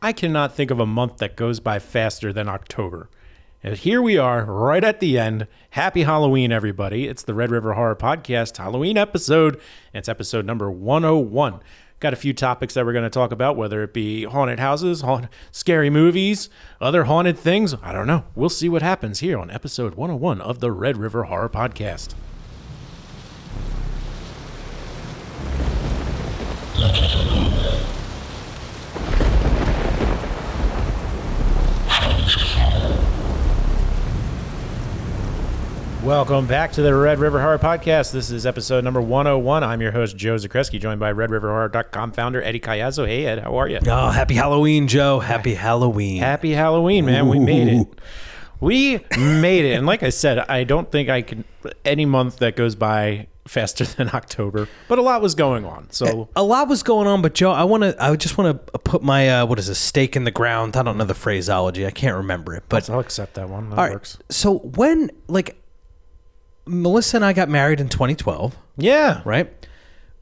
I cannot think of a month that goes by faster than October. And here we are, right at the end. Happy Halloween, everybody. It's the Red River Horror Podcast Halloween episode. and It's episode number 101. Got a few topics that we're going to talk about, whether it be haunted houses, haunt, scary movies, other haunted things. I don't know. We'll see what happens here on episode 101 of the Red River Horror Podcast. Welcome back to the Red River Horror Podcast. This is episode number 101. I'm your host, Joe Zakreski, joined by RedRiverHorror.com founder Eddie Cayazzo. Hey, Ed, how are you? Oh, happy Halloween, Joe. Happy Halloween. Happy Halloween, man. We made it. Ooh. We made it. And like I said, I don't think I can, any month that goes by faster than October, but a lot was going on. So a lot was going on, but Joe, I want to. I just want to put my uh, what is a stake in the ground. I don't know the phraseology. I can't remember it, but I'll accept that one. That Eh, all right. works. So when like Melissa and I got married in 2012, Yeah. right?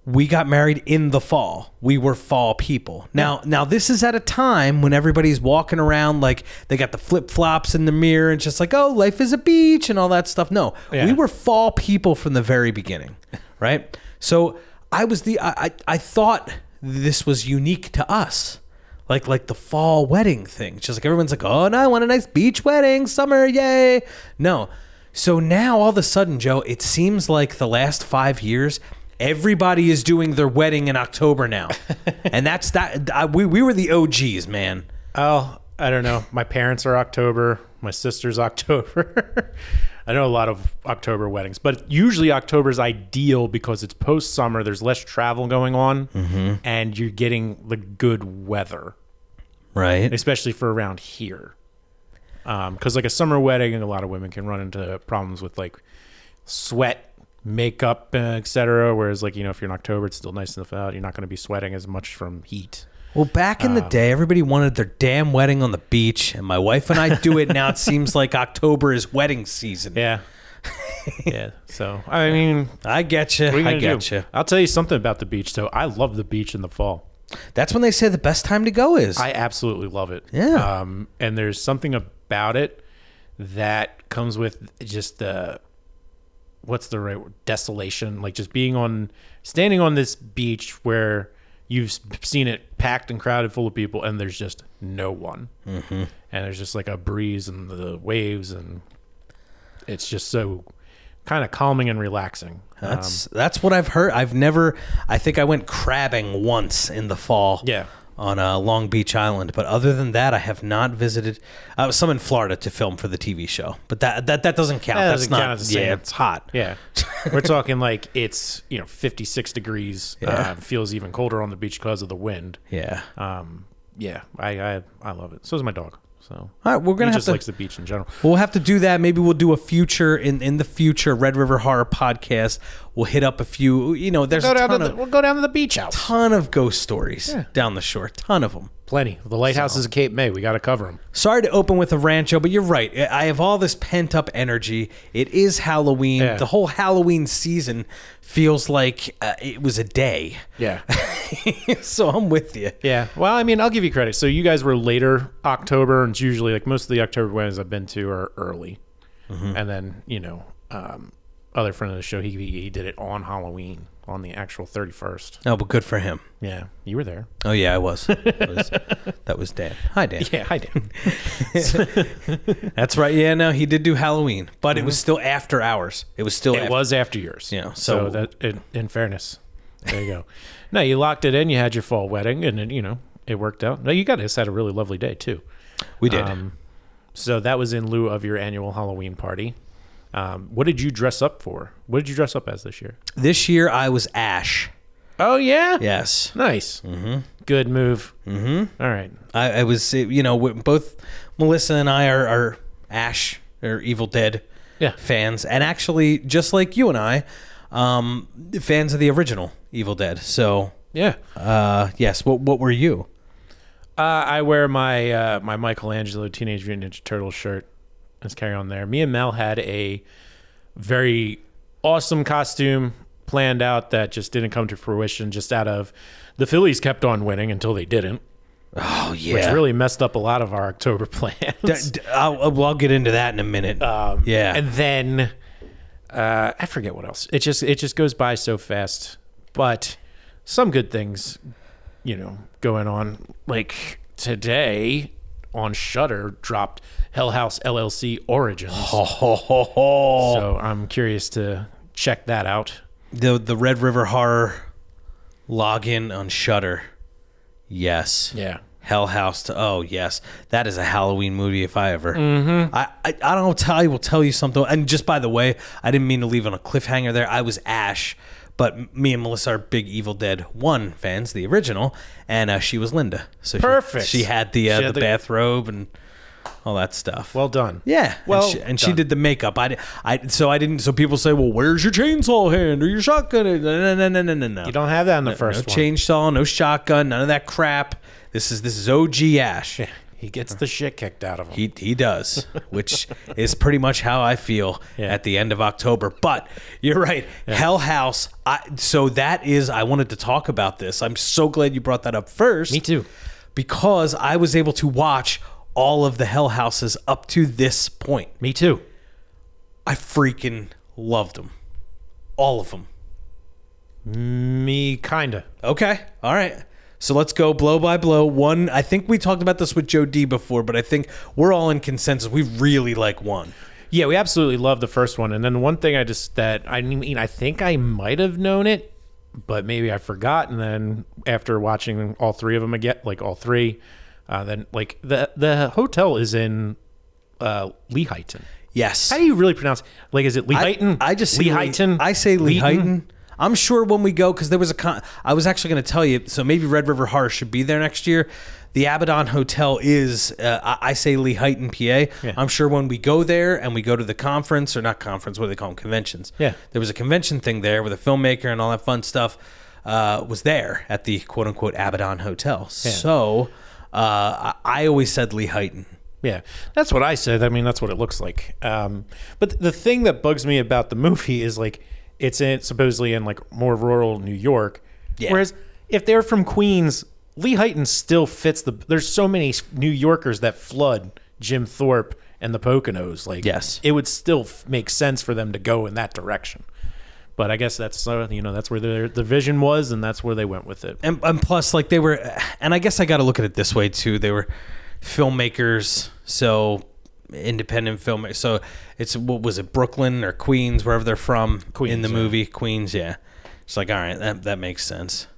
We got married in the fall. We were fall people. Now, now this is at a time when everybody's walking around like they got the flip flops in the mirror and just like, oh, life is a beach and all that stuff. No, Yeah. we were fall people from the very beginning, right? So I was the I I, I thought this was unique to us. Like, like the fall wedding thing. Just like everyone's like, oh no, I want a nice beach wedding, summer, yay. No. So now all of a sudden, Joe, it seems like the last five years, everybody is doing their wedding in October now. and that's that. I, we, we were the OGs, man. Oh, I don't know. My parents are October. My sister's October. I know a lot of October weddings, but usually October's ideal because it's post summer. There's less travel going on, and you're getting the good weather, Right. especially for around here. Because like a summer wedding, a lot of women can run into problems with like sweat, makeup, etc. Whereas like you know, if you're in October, it's still nice enough out. You're not going to be sweating as much from heat. Well, back in the Um, day, everybody wanted their damn wedding on the beach, and my wife and I do it now. It seems like October is wedding season. Yeah. yeah. So I mean, I get you. What are you I gonna get do? you. I'll tell you something about the beach, though. I love the beach in the fall. That's when they say the best time to go is. I absolutely love it. Yeah. Um, and there's something about it that comes with just the what's the right word? Desolation. Like just being on, standing on this beach where you've s- seen it packed and crowded full of people, and there's just no one. Mm-hmm. And there's just like a breeze and the waves, and it's just so kind of calming and relaxing. That's um, that's what I've heard. I've never. I think I went crabbing once in the fall. Yeah. On uh, Long Beach Island, but other than that, I have not visited. I was some in Florida to film for the TV show, but that that, that doesn't count. That That's doesn't not. count as the yeah, same. it's hot. Yeah, we're talking like it's you know 56 degrees. Uh, feels even colder on the beach because of the wind. Yeah. Um, yeah, I, I I love it. So does my dog. So All right, we're gonna he have just to- likes the beach in general. We'll have to do that. Maybe we'll do a future in in the future Red River Horror podcast. We'll hit up a few. You know, there's Go a down to ton the, of we'll go down to the beach house. ton of ghost stories Yeah. down the shore. Ton of them. Plenty. The lighthouses of Cape May. We got to cover them. Sorry to open with a rancho, but you're right. I I have all this pent up energy. It is Halloween. Yeah. The whole Halloween season feels like uh, it was a day. Yeah. so I'm with you. Yeah. Well, I mean, I'll give you credit. So you guys were later October, and it's usually like most of the October weddings I've been to are early, and then you know, um, other friend of the show, he he did it on Halloween on the actual 31st. Oh, but good for him. Yeah, you were there. Oh yeah, I was. That was, that was Dan. Hi Dan. Yeah, I did. That's right. Yeah, no, he did do Halloween, but it was still after hours. It was still. Uh-huh. it after- was after yours. Yeah, So, so- that, in, in fairness, there you go. no, you locked it in. You had your fall wedding, and it, you know it worked out. No, you got us had a really lovely day too. We did. Um, so that was in lieu of your annual Halloween party. Um, what did you dress up for? What did you dress up as this year? this year I was Ash. Oh yeah, Yes. nice. Mm-hmm. Good move. Mm-hmm. All right. I, I was, eh, you know, we- both Melissa and I are, are Ash or Evil Dead Yeah. fans, and actually, just like you and I, um, fans of the original Evil Dead. So, Yeah. uh, yes, what what were you? Uh, I wear my uh, my Michelangelo Teenage Mutant Ninja Turtle shirt. Let's carry on there. Me and Mel had a very awesome costume planned out that just didn't come to fruition. Just out of the Phillies kept on winning until they didn't, Oh yeah. which really messed up a lot of our October plans. D- d- I'll, uh, I'll- I'll get into that in a minute. yeah. and then uh, I forget what else. It just it just goes by so fast. But some good things, you know, going on. Like today on Shutter dropped Hell House LLC Origins. Ho, ho, ho, ho. So I'm curious to check that out. the the Red River Horror login on Shutter. Yes. Yeah. Hell House to oh yes, that is a Halloween movie if I ever. Mm-hmm. I, I I don't know. Tell you will tell you something. And just by the way, I didn't mean to leave on a cliffhanger there. I was Ash, but m- me and Melissa are big Evil Dead One fans, the original, and uh, she was Linda. So she- Perfect. She, had the uh, She had the, the- bathrobe and all that stuff. Well done. Yeah. Well and she, and she done. did the makeup. I, di- I so I didn't. So people say, well, where's your chainsaw hand or your shotgun? hand?" No, no, no, no, no, no. You don't have that in the no first one. chainsaw, no shotgun, none of that crap. This is this is OG Ash. He gets the shit kicked out of him. He he does, which is pretty much how I feel Yeah. at the end of October. But you're right, Hell House. I so that is I wanted to talk about this. I'm so glad you brought that up first. Me too. because I was able to watch all of the Hell Houses up to this point. Me too. I freaking loved them. All of them. Me kinda. Okay. All right. So let's go blow by blow. One, I think we talked about this with Joe D before, but I think we're all in consensus. We really like one. Yeah, we absolutely love the first one. And then one thing I just that I mean, I think I might have known it, but maybe I forgot. And then after watching all three of them again, like all three, uh, then like the the hotel is in uh, Lehighton. Yes. How do you really pronounce? Like, is it I, Lehighton? I just say Lehighton. I say Lehighton? Lehighton. I'm sure when we go, because there was a con. I was actually going to tell you, so maybe Red River Horror should be there next year. The Abaddon Hotel is, uh, I, I say Lehighton, PA. I'm sure when we go there and we go to the conference, or not conference, what do they call them? Conventions. Yeah. There was a convention thing there with a filmmaker and all that fun stuff uh, was there at the quote unquote Abaddon Hotel. So uh, I, I always said Lehighton. Yeah, that's what I said. I mean, that's what it looks like. Um, but the thing that bugs me about the movie is like it's in supposedly in like more rural New York. Yeah. Whereas if they're from Queens, Lehighton still fits the. There's so many New Yorkers that flood Jim Thorpe and the Poconos. Like, Yes. it would still f- make sense for them to go in that direction. But I guess that's uh, you know that's where their the vision was, and that's where they went with it. and, and plus like they were and i guess i got to look at it this way too they were filmmakers so independent film so it's what was it brooklyn or queens wherever they're from in Queens, the yeah. movie queens yeah it's like all right that, that makes sense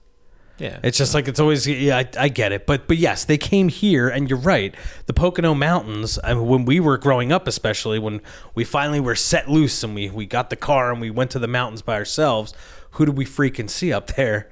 Yeah, it's just like it's always yeah I, I get it but but yes they came here and you're right the pocono mountains I mean, when we were growing up especially when we finally were set loose and we we got the car and we went to the mountains by ourselves who did we freaking see up there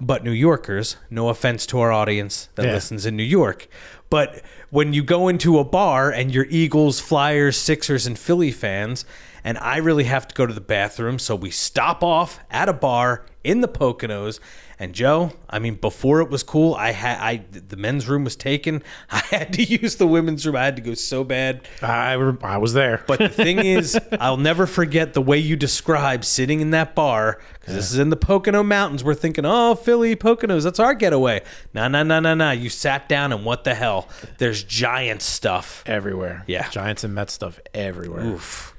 but New Yorkers no offense to our audience that Yeah. listens in New York but when you go into a bar and you're Eagles Flyers Sixers and Philly fans and I really have to go to the bathroom so we stop off at a bar in the Poconos. And Joe, I mean, before it was cool, I had I the men's room was taken. I had to use the women's room. I had to go so bad. I re- I was there. But the thing is, I'll never forget the way you described sitting in that bar because this is in the Pocono Mountains. We're thinking, oh, Philly Poconos, that's our getaway. No, no, no, no, no. You sat down and what the hell? There's giant stuff. everywhere. Yeah. Giants and Mets stuff everywhere. Oof.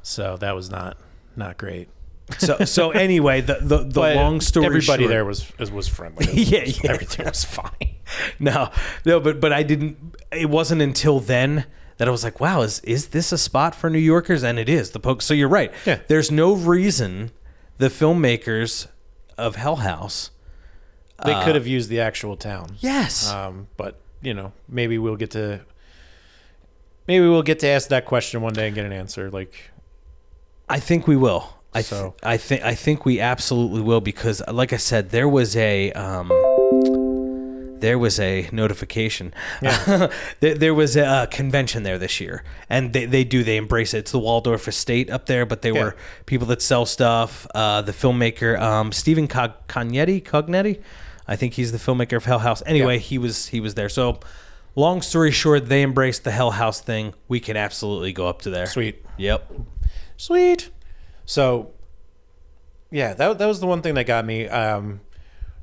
So that was not not great. So so anyway, the the, the But long story. everybody short- there was was- was friendly. Yeah, yeah. everything was fine. No, no, but but I didn't. It wasn't until then that I was like, wow, is is this a spot for New Yorkers? And it is the poke. So you're right. Yeah. There's no reason the filmmakers of Hell House. They could have used the actual town. Yes. Um, but you know, maybe we'll get to maybe we'll get to ask that question one day and get an answer. Like, I think we will. I th- So- I think I think we absolutely will because, like I said, there was a um, there was a notification. there, there was a uh, convention there this year, and they, they do they embrace it. It's the Waldorf Estate up there, but they Yeah. were people that sell stuff. Uh, the filmmaker um, Stephen Cog- Cognetti, Cognetti, I think he's the filmmaker of Hell House. Anyway, Yeah. he was he was there. So, long story short, they embraced the Hell House thing. We can absolutely go up to there. sweet, Yep. sweet. So, yeah, that that was the one thing that got me. Um,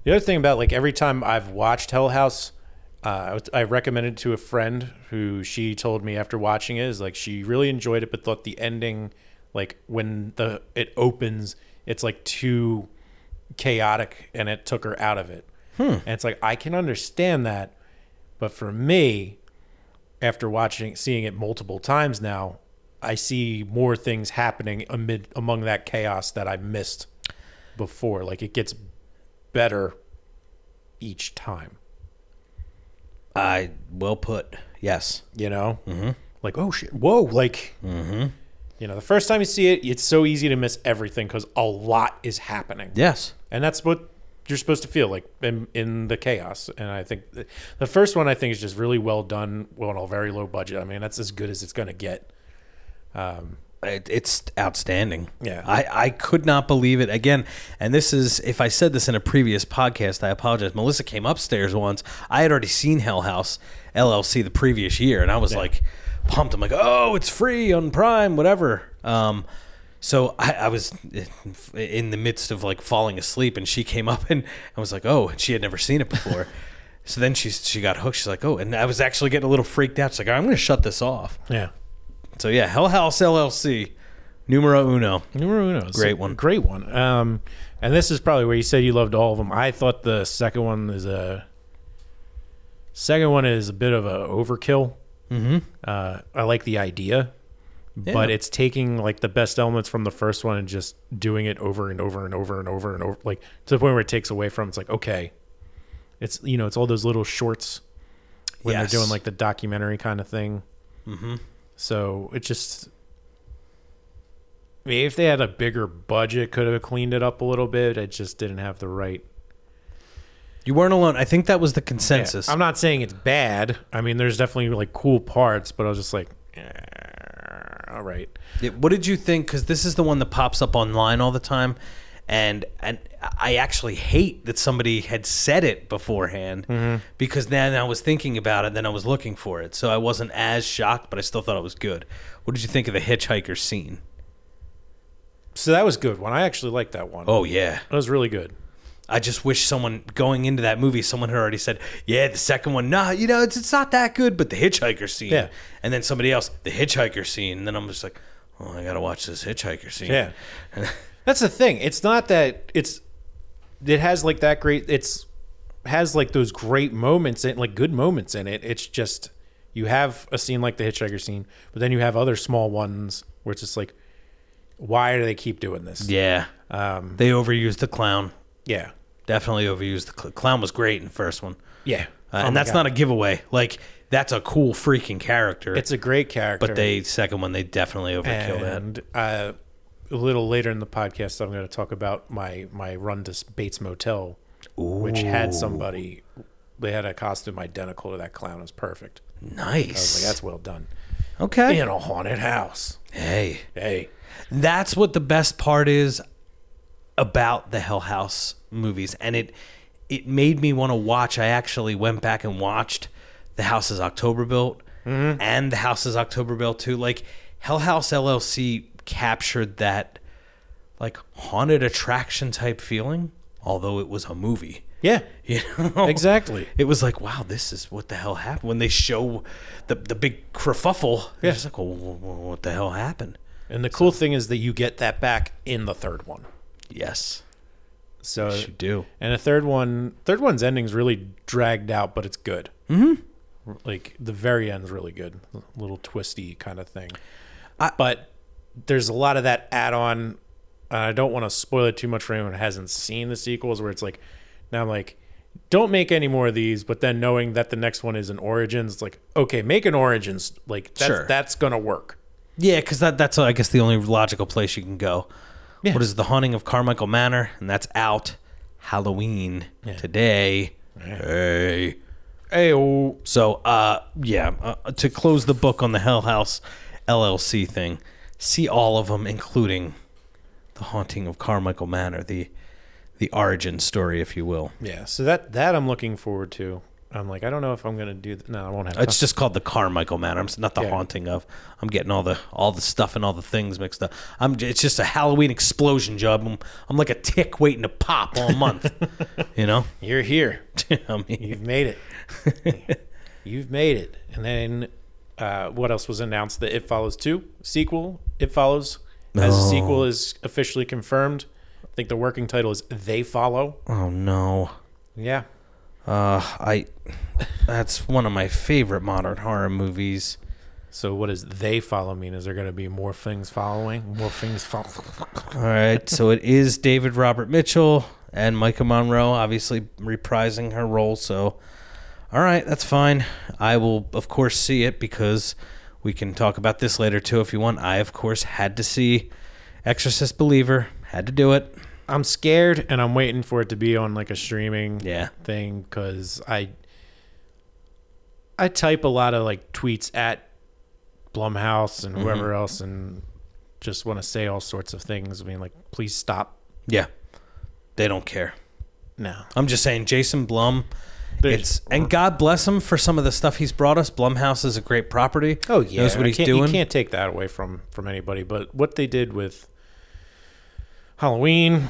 the other thing about like every time I've watched Hell House, Uh, I was- I recommended to a friend who she told me after watching it is like she really enjoyed it, but thought the ending, like when the it opens, it's like too chaotic, and it took her out of it. And it's like I can understand that, but for me, after watching seeing it multiple times now, I see more things happening amid among that chaos that I missed before. Like it gets better each time. I well put. Yes. you know like oh shit whoa like you know the first time you see it it's so easy to miss everything because a lot is happening Yes. and that's what you're supposed to feel like in, in the chaos and i think th- the first one i think is just really well done well, on a very low budget i mean that's as good as it's going to get It, it's outstanding. Yeah. I, I could not believe it. Again, and this is, if I said this in a previous podcast, I apologize. Melissa came upstairs once. I had already seen Hell House LLC the previous year, and I was like pumped. I'm like, oh, it's free on Prime, whatever. Um, so I, I was in the midst of like falling asleep, and she came up and I was like, oh, and she had never seen it before. so then she, she got hooked. She's like, oh, and I was actually getting a little freaked out. She's like, I'm going to shut this off. yeah So yeah, Hell House LLC, numero uno. numero uno It's Great a one. great one um and this is probably where you said you loved all of them i thought the second one is a second one is a bit of a overkill uh, I like the idea, but Mm-hmm. Yeah. it's taking like the best elements from the first one and just doing it over and over and over and over and over, like to the point where it takes away from. It's like okay, it's you know it's all those little shorts when Yes. they're doing like the documentary kind of thing. Mm-hmm. So it just. I mean, if they had a bigger budget, could have cleaned it up a little bit. It just didn't have the right You weren't alone. I think that was the yeah, consensus. I'm not saying it's bad. I mean, there's definitely like cool parts, but I was just like, eh, all right. Yeah, what did you think? Because this is the one that pops up online all the time, and and I actually hate that somebody had said it beforehand because then I was thinking about it, then I was looking for it, so I wasn't as shocked, but I still thought it was good. What did you think of the hitchhiker scene? So that was good one. I actually liked that one. Oh yeah, That was really good. I just wish someone going into that movie, someone had already said, "Yeah, the second one, nah, you know, it's, it's not that good." But the hitchhiker scene, Yeah. and then somebody else, the hitchhiker scene, and then I'm just like, "Oh, I gotta watch this hitchhiker scene." Yeah. That's the thing. It's not that it's it has like that great it's has like those great moments in like good moments in it. It's just you have a scene like the hitchhiker scene, but then you have other small ones where it's just like why do they keep doing this? yeah. Um They overused the clown. yeah. Definitely overused the cl- clown. Was great in the first one, Yeah. uh, and that's not a giveaway. Like that's a cool freaking character. it's a great character. but they second one, they definitely overkill that. and uh, a little later in the podcast, I'm going to talk about my my run to Bates Motel, which had somebody. They had a costume identical to that clown. It was perfect. I was Nice. like, that's well done. okay. In a haunted house. Hey. Hey. That's what the best part is about the Hell House movies, and it it made me want to watch. I actually went back and watched the House is October Built and the House is October Built too. Like Hell House LLC captured that like haunted attraction type feeling, although it was a movie. Yeah. You Oh. know Exactly. It was like, wow, this is what the hell happened when they show the the big kerfuffle. Yeah. It's just like, well, what the hell happened? And the cool thing is that you get that back in the third one. Yes, So you do. And the third one, third one's ending's really dragged out, but it's good. Mm-hmm. Like the very end's really good, little twisty kind of thing. I- but there's a lot of that add-on. and I don't want to spoil it too much for anyone who hasn't seen the sequels, where it's like, now I'm like, don't make any more of these. But then knowing that the next one is an origins, it's like, okay, make an origins. Like that's Sure. that's gonna work. Yeah, because that, that's, I guess, the only logical place you can go. What is The Haunting of Carmichael Manor? And that's out Halloween today. Hey. Hey, oh, So, uh, yeah, uh, to close the book on the Hell House LLC thing, see all of them, including The Haunting of Carmichael Manor, the the origin story, if you will. yeah. So that that I'm looking forward to. I'm like, I don't know if I'm gonna do. Th- no, I won't have. It's just called the Carmichael Manor. I'm s- not the Yeah. haunting of. I'm getting all the all the stuff and all the things mixed up. I'm. j- It's just a Halloween explosion job. I'm, I'm like a tick waiting to pop all month. you know. You're here. I mean, You've made it. You've made it. And then uh, what else was announced? The It Follows 2 sequel. It Follows as a No. sequel is officially confirmed. I think the working title is They Follow. oh no. Yeah. Uh, I. That's one of my favorite modern horror movies. So what does They Follow mean? Is there going to be more things following? More things follow? All right, so it is David Robert Mitchell and Micah Monroe, obviously reprising her role. So, all right, that's fine. I will, of course, see it because we can talk about this later too if you want. I, of course, had to see Exorcist Believer, had to do it. I'm scared, and I'm waiting for it to be on like a streaming Yeah. thing because I I type a lot of like tweets at Blumhouse and whoever else, and just want to say all sorts of things. I mean, like, please stop Yeah, they don't care. now. I'm just saying, Jason Blum. There's- It's and God bless him for some of the stuff he's brought us. Blumhouse is a great property. knows I what he's Oh, can't- doing. You can't take that away from from anybody. But what they did with Halloween,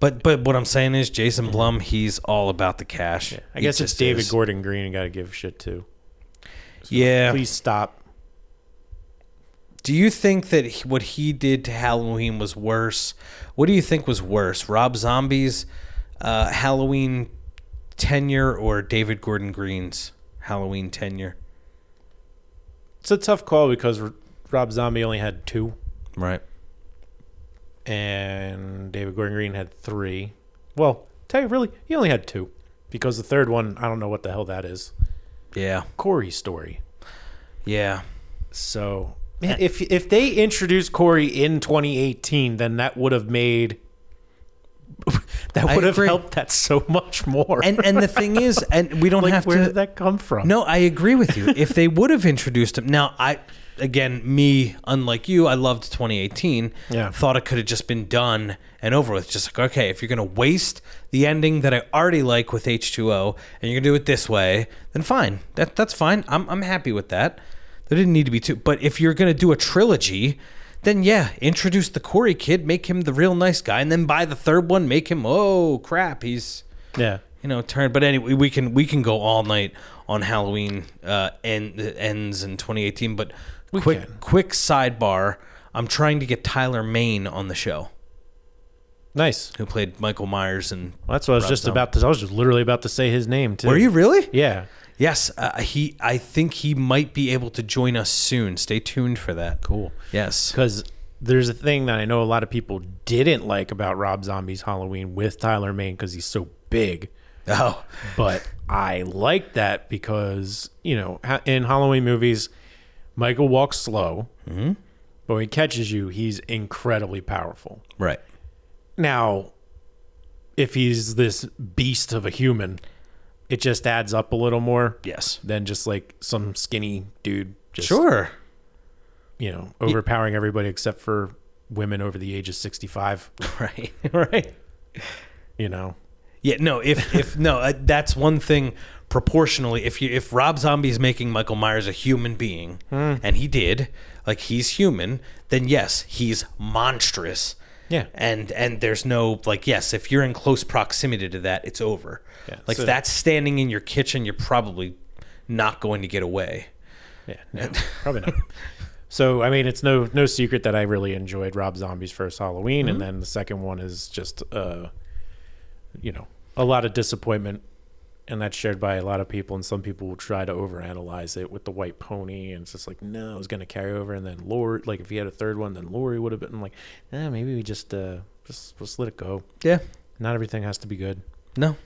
But but what I'm saying is Jason Blum, he's all about the cash. I He guess it's just David is. Gordon Green. Got to give shit to. Yeah. Please stop. Do you think that he- what he did to Halloween was worse? What do you think was worse, Rob Zombie's uh, Halloween tenure or David Gordon Green's Halloween tenure? It's a tough call because R- Rob Zombie only had two. Right. and David Gordon Green had three. Well, tell you really, he only had two because the third one, I don't know what the hell that is. Yeah. Corey story. Yeah. So if if they introduced Corey in 2018, then that would have made that I would have agree. helped that so much more. And and the thing is, and we don't like, have where to. did that come from? No, I agree with you. If they would have introduced him, now I again me unlike you, I loved 2018. Yeah. thought it could have just been done and over with. Just like okay, if you're gonna waste the ending that I already like with H2O and you're gonna do it this way, then fine. That that's fine. I'm I'm happy with that. There didn't need to be two. But if you're gonna do a trilogy. Then yeah, introduce the Corey kid, make him the real nice guy, and then by the third one, make him oh crap, he's Yeah. you know turn but anyway we can we can go all night on halloween uh end ends in 2018 but quick can. quick sidebar i'm trying to get tyler maine on the show Nice. who played michael myers and Well, that's what I was Rob just Zombie. about to. I was just literally about to say his name too. were you really Yeah. yes uh, he i think he might be able to join us soon stay tuned for that Cool. yes because there's a thing that I know a lot of people didn't like about Rob Zombie's Halloween with Tyler Maine because he's so big. oh But I like that because you know ha- in Halloween movies, Michael walks slow, but when he catches you, he's incredibly powerful. right Now, if he's this beast of a human, it just adds up a little more yes than just like some skinny dude. Just sure you know, overpowering everybody except for women over the age of 65, right right you know. Yeah, no. If if no, uh, that's one thing. Proportionally, if you if Rob Zombie's making Michael Myers a human being, Hmm. and he did, like he's human, then yes, he's monstrous. Yeah. And and there's no like yes, if you're in close proximity to that, it's over. Yeah, like so- if that's standing in your kitchen, you're probably not going to get away. Yeah, no, probably not. So, I mean, it's no no secret that I really enjoyed Rob Zombie's first Halloween and then the second one is just uh you know, a lot of disappointment and that's shared by a lot of people and some people will try to overanalyze it with the white pony and it's just like no it was going to carry over and then Lori like if he had a third one then Lori would have been like eh, maybe we just uh just just let it go Yeah. not everything has to be good No.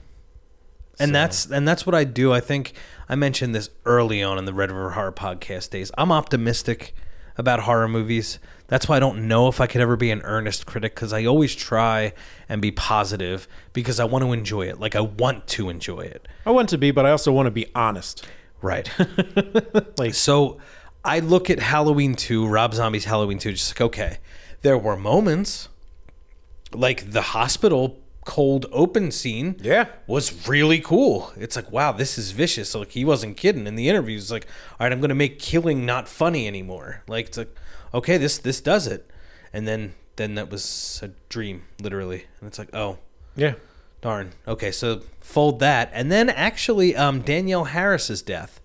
And So- that's and that's what I do. I think I mentioned this early on in the Red River Horror Podcast days. I'm optimistic about horror movies. That's why I don't know if I could ever be an earnest critic because I always try and be positive because I want to enjoy it. Like I want to enjoy it. I want to be, but I also want to be honest. Right. Like- so I look at Halloween 2, Rob Zombie's Halloween 2, just like, okay, there were moments like the hospital cold open scene Yeah. was really cool. It's like, wow, this is vicious. Like he wasn't kidding in the interviews. like, all right, I'm gonna make killing not funny anymore. Like it's like, okay, this this does it. And then then that was a dream, literally. And it's like, oh, Yeah. darn. Okay, so fold that. And then actually, um, Danielle Harris's death.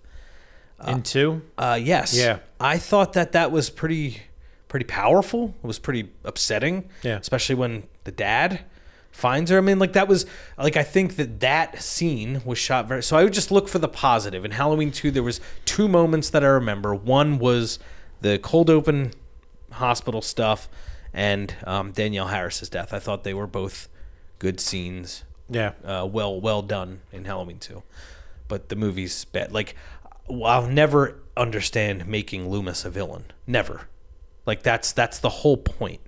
In two. Uh, yes. Yeah. I thought that that was pretty, pretty powerful. It was pretty upsetting. Yeah. Especially when the dad finds her. I mean, like that was like I think that that scene was shot very. So I would just look for the positive. In Halloween two, there was two moments that I remember. One was the cold open hospital stuff, and um, Danielle Harris's death. I thought they were both good scenes Yeah. uh, well well done in Halloween two, but the movie's bad. Like I'll never understand making Loomis a villain. Never. Like that's that's the whole point.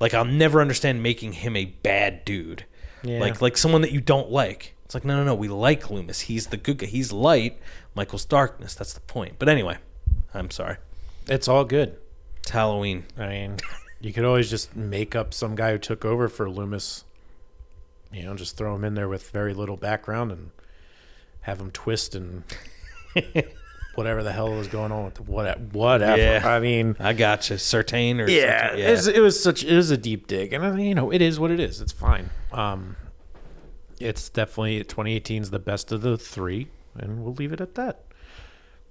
Like I'll never understand making him a bad dude. Yeah. Like like someone that you don't like. It's like no no no we like Loomis. He's the good guy. He's light. Michael's darkness. That's the point. But anyway, I'm sorry. It's all good. It's Halloween. I mean, you could always just make up some guy who took over for Loomis. You know, just throw him in there with very little background and have him twist and whatever the hell was going on with the, what whatever. Yeah. I mean, I gotcha. Certain or yeah, Certain- It's, it was such it was a deep dig, and I mean, you know, it is what it is. It's fine. Um, it's definitely 2018 is the best of the three, and we'll leave it at that.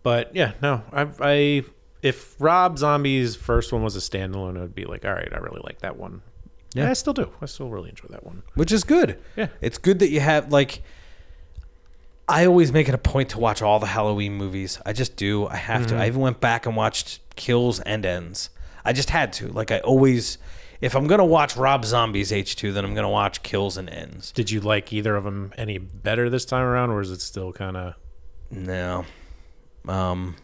But yeah, no, I, I if Rob Zombie's first one was a standalone, it would be like, all right, I really like that one. Yeah, I still do. I still really enjoy that one. which is good. Yeah. It's good that you have like I always make it a point to watch all the Halloween movies. I just do. I have Mm-hmm. to. I even went back and watched Kills and Ends. I just had to. Like I always if I'm going to watch Rob Zombie's H2, then I'm going to watch Kills and Ends. Did you like either of them any better this time around, or is it still kind of No. Um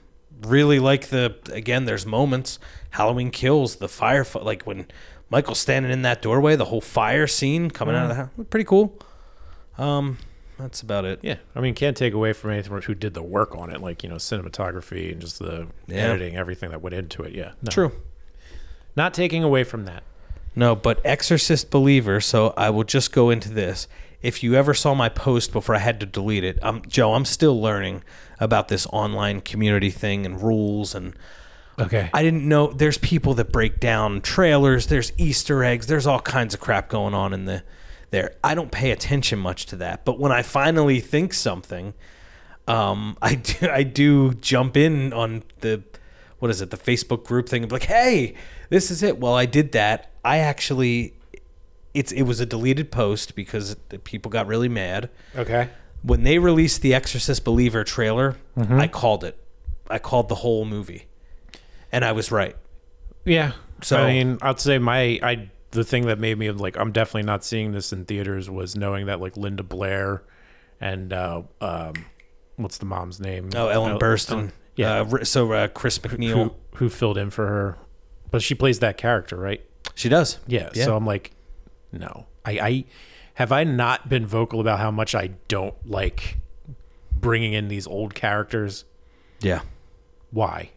really like the again there's moments Halloween Kills, the fire fi- like when Michael's standing in that doorway, the whole fire scene coming out of the house. Pretty cool. Um that's about it. Mm-hmm. Yeah, I mean, can't take away from anything who did the work on it, like you know, cinematography and just the Yeah. editing, everything that went into it. Yeah, No. True. Not taking away from that. No, but exorcist believer. So I will just go into this. If you ever saw my post before I had to delete it, um, Joe, I'm still learning about this online community thing and rules and Okay. I didn't know there's people that break down trailers, there's Easter eggs, there's all kinds of crap going on in the there. I don't pay attention much to that, but when I finally think something, um, I do I do jump in on the what is it, the Facebook group thing of like, hey, this is it. Well, I did that. I actually it's it was a deleted post because the people got really mad okay. when they released the Exorcist Believer trailer, Mm-hmm. I called it. I called the whole movie, and I was right. Yeah. So So- I mean, I'd say my I the thing that made me like I'm definitely not seeing this in theaters was knowing that like Linda Blair and uh, um, what's the mom's name? Oh, Ellen Uh, Burstyn. yeah. Uh, ri- so uh, Chris McNeil. who who filled in for her, but she plays that character, right? She does. Yeah. So I'm like, no. I, I have I not been vocal about how much I don't like bringing in these old characters. yeah. Why?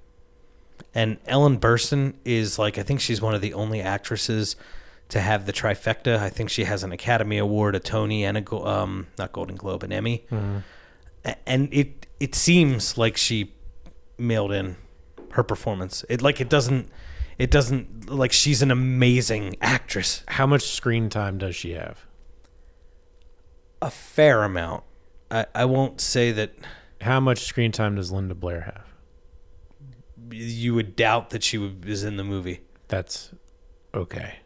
And Ellen Burstyn is like I think she's one of the only actresses to have the trifecta. I think she has an Academy Award, a Tony, and a Go- um not Golden Globe, an Emmy. A- And it it seems like she mailed in her performance. It like it doesn't it doesn't like she's an amazing actress. How much screen time does she have? A fair amount. I, I won't say that How much screen time does Linda Blair have? you would doubt that she would, is in the movie. That's okay.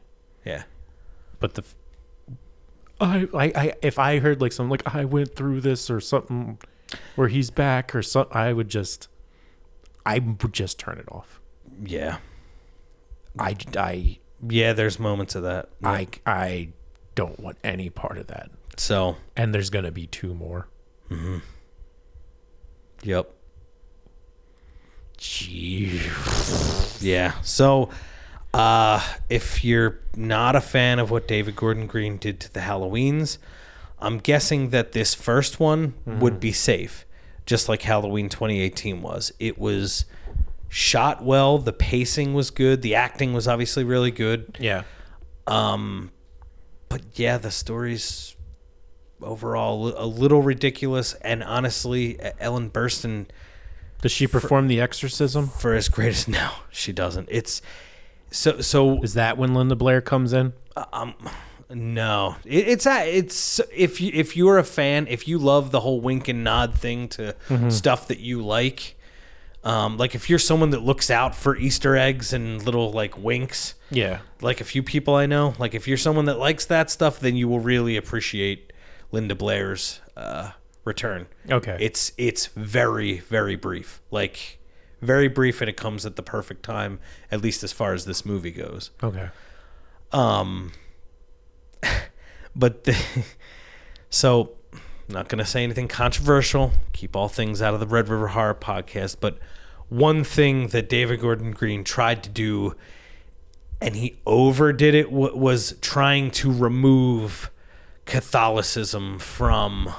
Yeah. But the f- I, I, I if I heard like something like I went through this or something where he's back or something, I would just I would just turn it off. Yeah. I I Yeah, there's moments of that. I I don't want any part of that. So, and there's gonna be two more. yep. Gee, Yeah. So, uh, if you're not a fan of what David Gordon Green did to the Halloweens, I'm guessing that this first one would be safe, just like Halloween 2018 was. It was shot well, the pacing was good, the acting was obviously really good. yeah, but yeah, the story's overall a little ridiculous. And honestly, E-, Ellen Burstyn, Does she perform the exorcism? for as great as no, she doesn't. It's so so. Is that when Linda Blair comes in? Um, no, it, it's a- it's if you if you're a fan, if you love the whole wink and nod thing to stuff that you like, um, like if you're someone that looks out for Easter eggs and little like winks, Yeah. like a few people I know, like if you're someone that likes that stuff, then you will really appreciate Linda Blair's uh, return. Okay. It's it's very very brief, like very brief, and it comes at the perfect time, at least as far as this movie goes. Okay. Um, but the, so not gonna say anything controversial. Keep all things out of the Red River Horror podcast. But one thing that David Gordon Green tried to do, and he overdid it, wa was trying to remove Catholicism from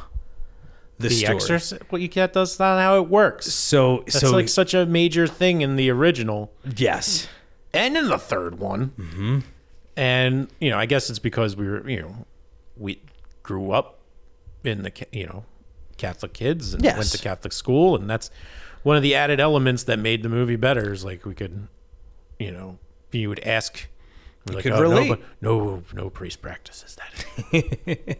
the, The story. exorcism? Well, you can't, that's not how it works. So, That's so like such a major thing in the original. yes, and in the third one. Mm-hmm. And you know, I guess it's because we were, you know, we grew up in the, ca- you know, Catholic kids and went Yes. to Catholic school, and that's one of the added elements that made the movie better. Is like we could, you know, you would ask, you like, could "Oh, no, relate." but no, no priest practices that.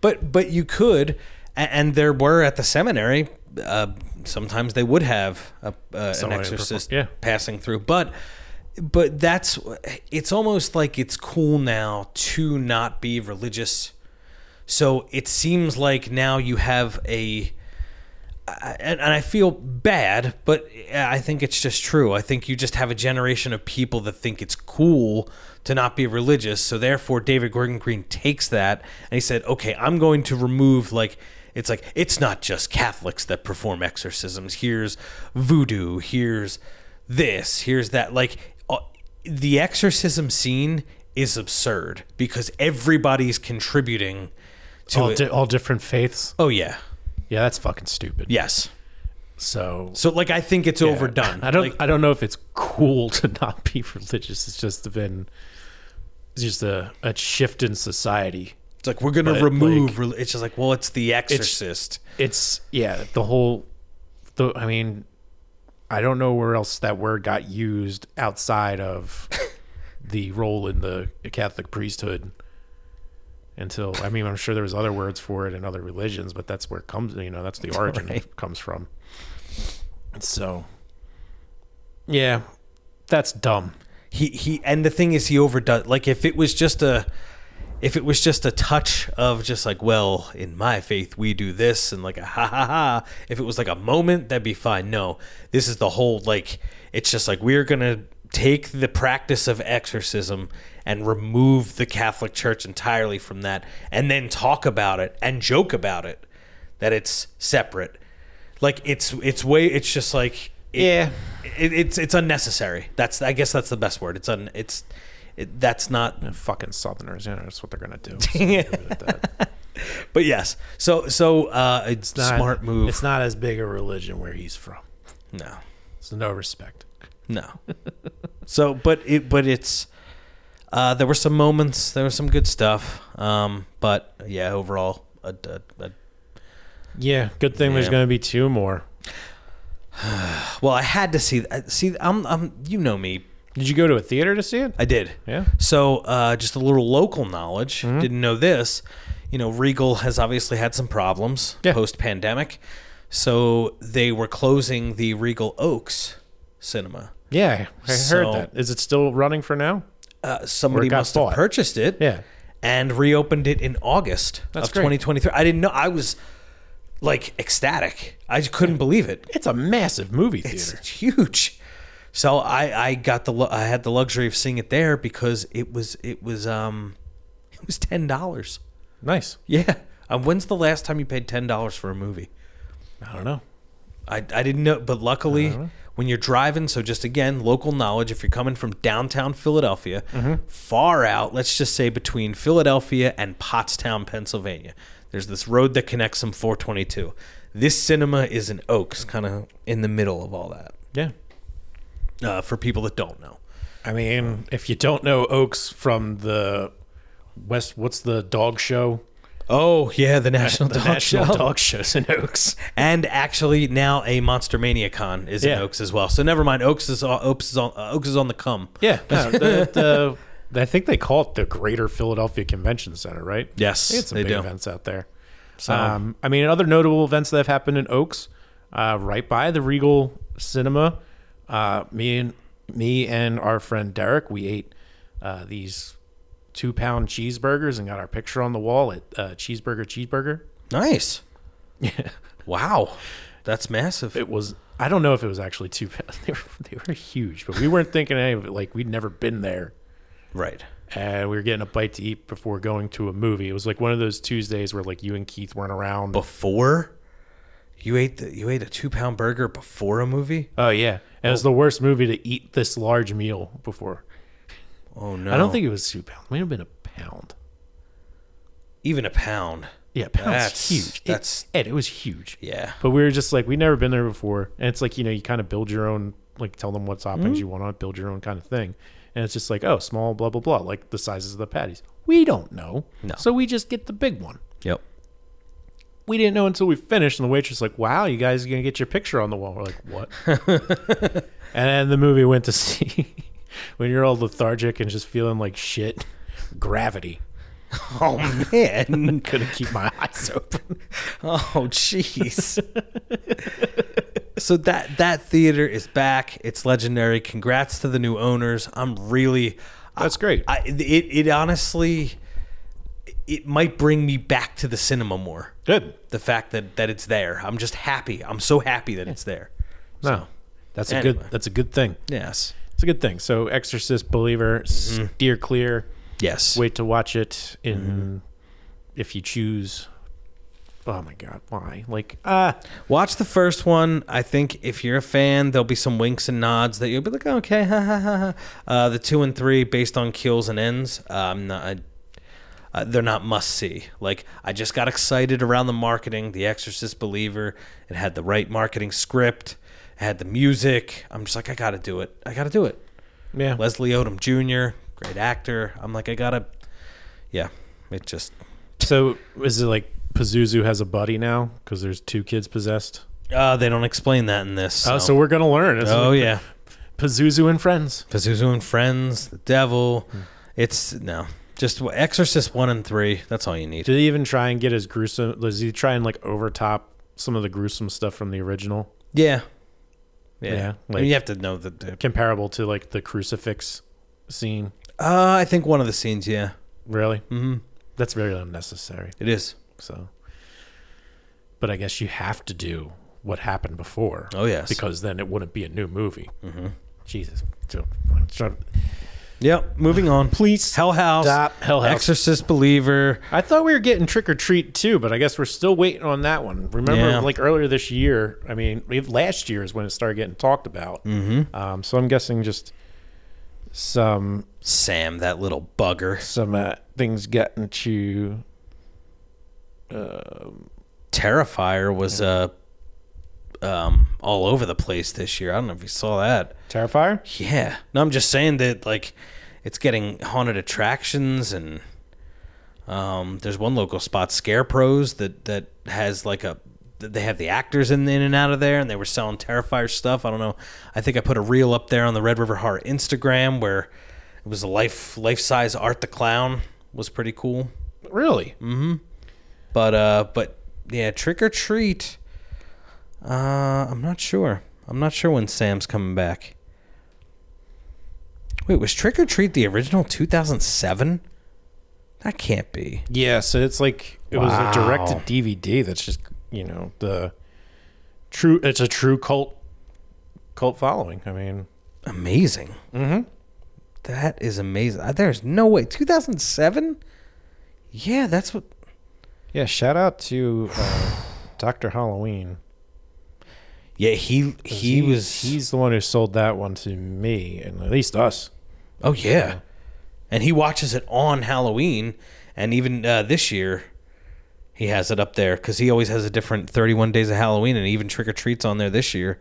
but but you could a- and there were at the seminary uh, sometimes they would have a, uh, an Someone to exorcist perform- yeah. passing through but but that's it's almost like it's cool now to not be religious so it seems like now you have a I- and, and I feel bad, but I think it's just true. I think you just have a generation of people that think it's cool to not be religious. So therefore, David Gordon Green takes that and he said, "Okay, I'm going to remove like." It's like it's not just Catholics that perform exorcisms. Here's voodoo. Here's this. Here's that. Like uh, the exorcism scene is absurd because everybody's contributing to all, it. di- all different faiths. oh yeah, Yeah, that's fucking stupid. yes. So So like I think it's overdone. I don't. Like, I don't know if it's cool to not be religious. It's just been, it's just a, a shift in society. it's like we're gonna but, remove. rel it's just like well, it's The Exorcist. It's yeah. The whole, the I mean, I don't know where else that word got used outside of the role in the Catholic priesthood. Until I mean, I'm sure there was other words for it in other religions, but that's where it comes. You know, that's the origin it comes from. So, yeah, that's dumb. he he, and the thing is, he overdone. Like if it was just a, if it was just a touch of just like well, in my faith we do this and like a ha ha ha. If it was like a moment, that'd be fine. No, this is the whole like. It's just like we're gonna take the practice of exorcism and remove the Catholic Church entirely from that, and then talk about it and joke about it. that it's separate. Like it's it's way it's just like it- Yeah. it, it's it's unnecessary. That's I guess that's the best word. It's un it's it, that's not. fucking Southerners. You know, that's what they're gonna do. So leave it at that. But yes, so so uh, it's It's not- smart move. It's not as big a religion where he's from. no, It's no respect. no. so but it but it's uh, there were some moments. There was some good stuff. Um, but yeah, overall, a, a, a Yeah, good thing there's Yeah. gonna be two more. well, I had to see th- see. I'm I'm you know me. Did you go to a theater to see it? I did. Yeah. Mm-hmm. So, uh, just a little local knowledge. Didn't know this. You know, Regal has obviously had some problems Yeah. post pandemic. So they were closing the Regal Oaks cinema. Yeah, I So- heard that. Is it still running for now? Uh, somebody got must bought. have purchased it. Yeah. And reopened it in August That's of great. 2023. I didn't know. I was like ecstatic. I just couldn't believe it. It's a massive movie theater. It's huge. So I I got the lu- I had the luxury of seeing it there because it was it was um it was ten dollars. nice. Yeah. Um, when's the last time you paid ten dollars for a movie? I don't know. I, I didn't know, but luckily, Uh-huh. when you're driving, so just again, local knowledge. If you're coming from downtown Philadelphia, Mm-hmm. far out, let's just say between Philadelphia and Pottstown, Pennsylvania, there's this road that connects them 422. This cinema is in Oaks, kind of in the middle of all that. Yeah. Uh, for people that don't know, I mean, if you don't know Oaks from the West, what's the dog show? Oh yeah, the national The dog National show. Dog Show's in Oaks. And actually, now a Monster Mania Con is Yeah. in Oaks as well. So never mind, Oaks is Oaks is on uh, Oaks is on the come. Yeah, no, the, the, I think they call it the Greater Philadelphia Convention Center, right? Yes, they had some they big do. events out there. um, I mean, other notable events that have happened in Oaks, uh, right by the Regal Cinema. Uh, me and me and our friend Derek, we ate uh, these two pound cheeseburgers and got our picture on the wall at uh, Cheeseburger Cheeseburger. Nice. Wow, that's massive. It was. I don't know if it was actually two pounds. They were, they were huge, but we weren't thinking any of it. Like we'd never been there. Right. and we were getting a bite to eat before going to a movie. It was like one of those Tuesdays where like you and Keith weren't around. Before you ate the you ate a two pound burger before a movie. oh yeah, and it was the worst movie to eat this large meal before. Oh no! I don't think it was two pounds. It might have been a pound. even a pound. Yeah, pounds That's- huge. It- that's- Ed, it was huge. Yeah. But we were just like we'd never been there before, and it's like you know you kind of build your own like tell them what toppings you want on, it, build your own kind of thing, and it's just like oh small blah blah blah like the sizes of the patties. We don't know, No. so we just get the big one. Yep. we didn't know until we finished, and the waitress was like, "Wow, you guys are gonna get your picture on the wall." We're like, "What?" and then the movie went to see when you're all lethargic and just feeling like shit. Gravity Oh man. couldn't keep my eyes open. oh jeez. so that that theater is back. It's legendary. Congrats to the new owners. I'm really That's great. I it it honestly it might bring me back to the cinema more. Good. The fact that that it's there. I'm just happy. I'm so happy that it's there. No, that's a Anyway. good. That's a good thing. Yes. It's a good thing. So, Exorcist believer, steer clear. Yes. Wait to watch it in if you choose. Oh my god, why? Like ah, Watch the first one. I think if you're a fan, there'll be some winks and nods that you'll be like, okay, ha ha ha. ha." Uh, the two and three, based on kills and ends, um, not, I, uh, they're not must see. Like I just got excited around the marketing. The Exorcist Believer. It had the right marketing script. It had the music. I'm just like, I gotta do it. I gotta do it. yeah. Leslie Odom Jr., great actor. I'm like, I gotta. Yeah, it just. So is it like Pazuzu has a buddy now because there's two kids possessed? Uh, they don't explain that in this. Oh, so we're gonna learn. It's oh like yeah. Pazuzu and friends. Pazuzu and Friends, The Devil. Hmm. It's no, just w- Exorcist one and three. That's all you need. Did he even try and get his gruesome? Does he try and like overtop some of the gruesome stuff from the original, Yeah, yeah. Yeah, I mean, like- you have to know the. the- comparable to like the crucifix scene? uh, I think one of the scenes. Yeah, Really? Mm-hmm. That's very unnecessary. it is. So, but I guess you have to do what happened before. Oh, yes. because then it wouldn't be a new movie. Mm-hmm. Jesus. So- Yep. Moving on. Please. Hell House. stop. Hell House. Exorcist believer. I thought we were getting Trick or Treat too, but I guess we're still waiting on that one. Remember, Yeah. like earlier this year, I mean, we- last year is when it started getting talked about. Mm-hmm. Um, so I'm guessing just some Sam, that little bugger. some uh, things getting to Terrifier was uh, um, all over the place this year. I don't know if you saw that. Terrifier. Yeah. No, I'm just saying that like it's getting haunted attractions and um there's one local spot Scarecrows that that has like a that they have the actors in in and out of there and they were selling Terrifier stuff. I don't know. I think I put a reel up there on the Red River Horror Instagram where it was a life life-size Art the Clown was pretty cool. Really? Mm. But uh but yeah, Trick or Treat uh I'm not sure. I'm not sure when Sam's coming back. Wait, was Trick or Treat the original 2007? That can't be. Yeah. So it's like it was a Wow. direct to DVD. That's just you know the true. It's a true cult cult following. I mean, Amazing. Mhm. That is amazing. Uh, There's no way 2007? Yeah, that's what yeah. Shout out to uh, Doctor Halloween. Yeah, he he, was he's the one who sold that one to me and at least us Oh yeah, and he watches it on Halloween, and even uh, this year, he has it up there because he always has a different 31 days of Halloween, and even trick or treats on there this year.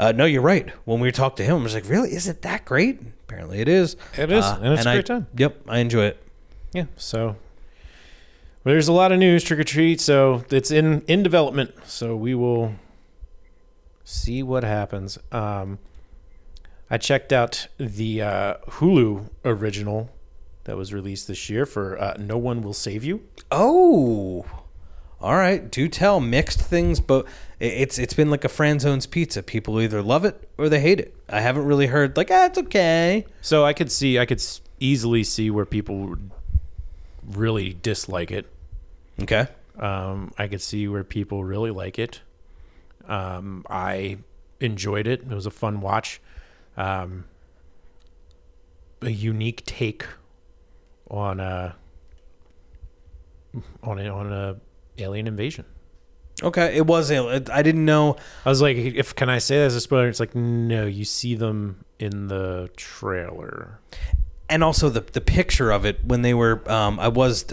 Uh, no, you're right. When we talked to him, I was like, "Really? Is it that great?" Apparently, it is. It is, and it's a I- great time. Yep, I enjoy it. Yeah. So well, there's a lot of news trick or treat. So it's in in development. So we will see what happens. Um, I checked out the uh, Hulu original that was released this year for uh, "No One Will Save You." Oh, all right. Do tell mixed things, but i- it's it's been like a Franzone's pizza. People either love it or they hate it. I haven't really heard like ah, it's okay. So I could see, I could s- easily see where people would really dislike it. Okay. Um, I could see where people really like it. Um, I enjoyed it. It was a fun watch. Um, a unique take on a on a, on a alien invasion. Okay. It was. a- I didn't know. I was like, if can I say that as a spoiler? It's like, no, you see them in the trailer. and also the the picture of it when they were um, I was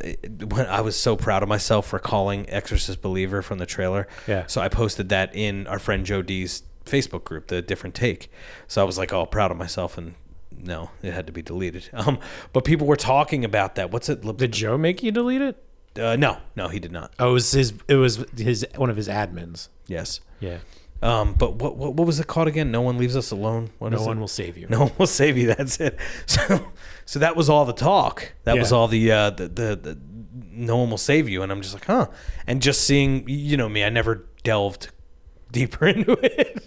when I was so proud of myself for calling Exorcist Believer from the trailer. Yeah. So I posted that in our friend Joe D's Facebook group, the different take. So I was like all proud of myself and no, it had to be deleted. Um, but people were talking about that. What's it? Did Joe make you delete it? Uh, no, no, he did not. Oh, it was his. It was his one of his admins. Yes. Yeah. Um, but what, what what was it called again? No one leaves us alone. What No is it? one will save you. No one will save you. That's it. So, so that was all the talk. That was Yeah. all the, uh, the, the the no one will save you. And I'm just like, huh. And just seeing, you know me, I never delved deeper into it.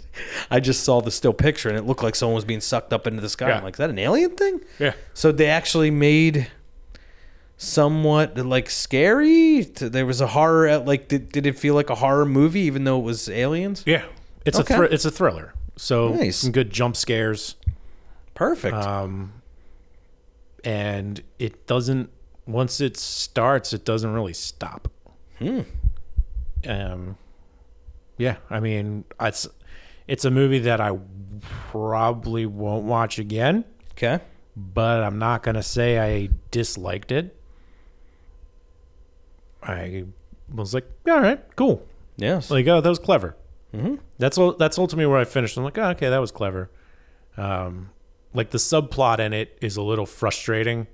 I just saw the still picture, and it looked like someone was being sucked up into the sky. Yeah. I'm like, is that an alien thing? Yeah. So they actually made somewhat like scary. There was a horror. uh, Like, did did it feel like a horror movie, even though it was aliens? Yeah. It's Okay. a thr- it's a thriller. So Nice. some good jump scares. Perfect. Um, and it doesn't once it starts, it doesn't really stop. Hmm. Um. Yeah, I mean, it's it's a movie that I probably won't watch again, okay. but I'm not gonna say I disliked it. I was like, all right, cool. Yes. Like, oh, that was clever. Mm-hmm. That's ul- that's ultimately where I finished. I'm like, oh, okay, that was clever. Um, like the subplot in it is a little frustrating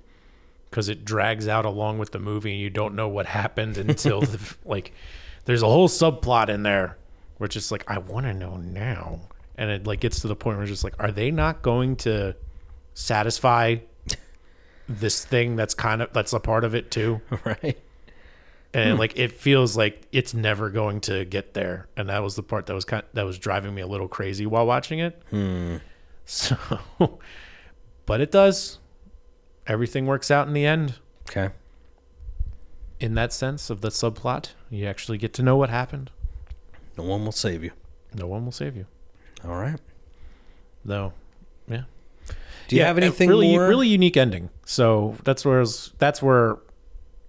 because it drags out along with the movie, and you don't know what happened until the, like there's a whole subplot in there where it's just like I want to know now, and it like gets to the point where it's just like, are they not going to satisfy this thing that's kind of that's a part of it too? right. and like it feels like it's never going to get there and that was the part that was kind that was driving me a little crazy while watching it so but it does everything works out in the end Okay. in that sense of the subplot you actually get to know what happened No one will save you. no one will save you All right. though yeah Do you Yeah, have a anything really more? really unique ending so that's where it was, that's where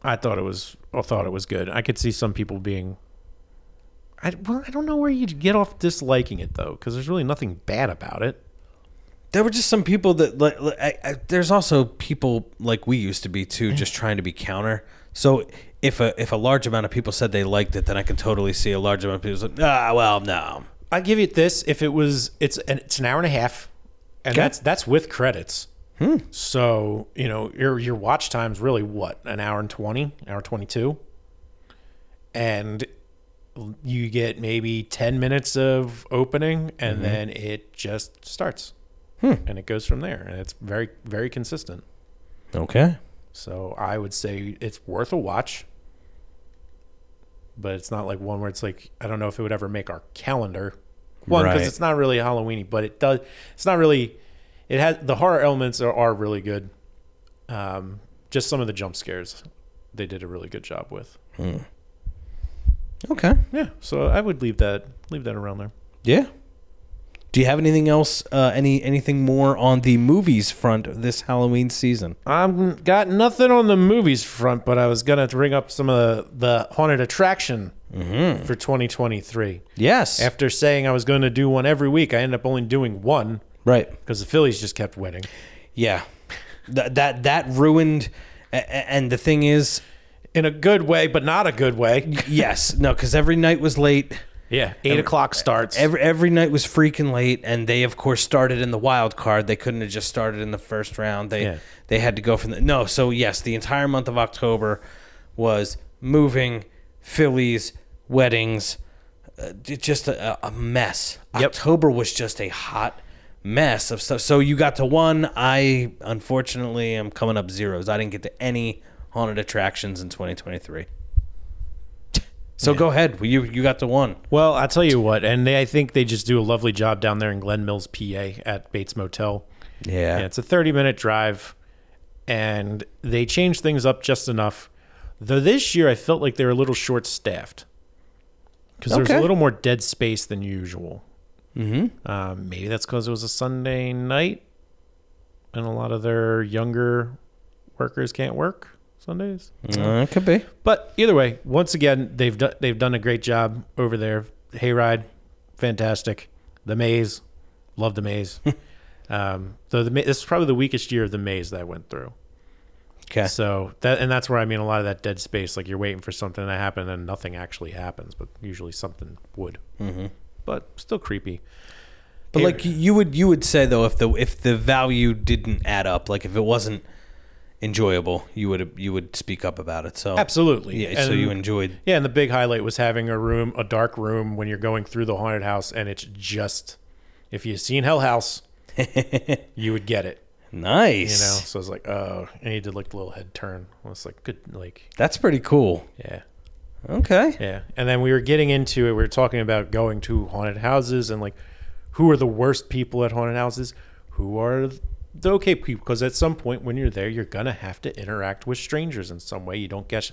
i thought it was i thought it was good i could see some people being I, well, I don't know where you'd get off disliking it though, because there's really nothing bad about it. there were just some people that like, like, I, I, there's also people like we used to be too, just trying to be counter. So if a if a large amount of people said they liked it, then I can totally see a large amount of people like, ah, well, no. I give it this if it was it's an it's an hour and a half, and Okay. that's that's with credits. So you know your your watch time's really what an hour and twenty, hour twenty two, and you get maybe ten minutes of opening, and then it just starts, and it goes from there, and it's very very consistent. Okay. So I would say it's worth a watch. But it's not like one where it's like I don't know if it would ever make our calendar. One because Right. it's not really Halloweeny, but it does. It's not really. It has the horror elements are, are really good. Um, just some of the jump scares, they did a really good job with. Okay. Yeah, so I would leave that leave that around there. Yeah. Do you have anything else? Uh, any anything more on the movies front this Halloween season? I've got nothing on the movies front, but I was gonna bring up some of the, the haunted attraction for 2023. Yes. After saying I was going to do one every week, I ended up only doing one right. because the Phillies just kept winning. Yeah. That that that ruined. a- a- And the thing is, In a good way, but not a good way. yes, no, because every night was late. Yeah, eight o'clock starts. Every every night was freaking late, and they of course started in the wild card. They couldn't have just started in the first round. They Yeah. they had to go from the no. So yes, the entire month of October was moving, Phillies, weddings, uh, j- just a, a mess. Yep. October was just a hot mess of stuff. So you got to one. I unfortunately am coming up zeros. I didn't get to any haunted attractions in 2023. So go ahead. You you got to one. Well, I'll tell you what, and they, I think they just do a lovely job down there in Glen Mills, PA, at Bates Motel. Yeah. And it's a 30 minute drive, and they change things up just enough. Though this year, I felt like they were a little short staffed because there was a Okay. little more dead space than usual. Mm-hmm. Um, maybe that's because it was a Sunday night, and a lot of their younger workers can't work Sundays. Uh, it could be. But either way, once again, they've done they've done a great job over there. Hayride, fantastic. The maze, love the maze. um, so the ma- this is probably the weakest year of the maze that I went through. Okay. So that and that's where I mean a lot of that dead space. Like you're waiting for something to happen and nothing actually happens, but usually something would. Mm-hmm. But still creepy. But Here- like you- you would you would say though if the if the value didn't add up, like if it wasn't enjoyable, you would you would speak up about it. So Absolutely. Yeah, so And- you enjoyed Yeah, and the big highlight was having a room, a dark room, when you're going through the haunted house, and it's just if you've seen Hell House, you would get it. You know, nice. so I was like, oh, and he did like the little head turn. I was like, good, like, That's pretty cool. yeah, Okay. yeah. And then we were getting into it. We were talking about going to haunted houses and like, who are the worst people at haunted houses? Who are the okay people? Because at some point when you're there, you're gonna have to interact with strangers in some way. You don't get.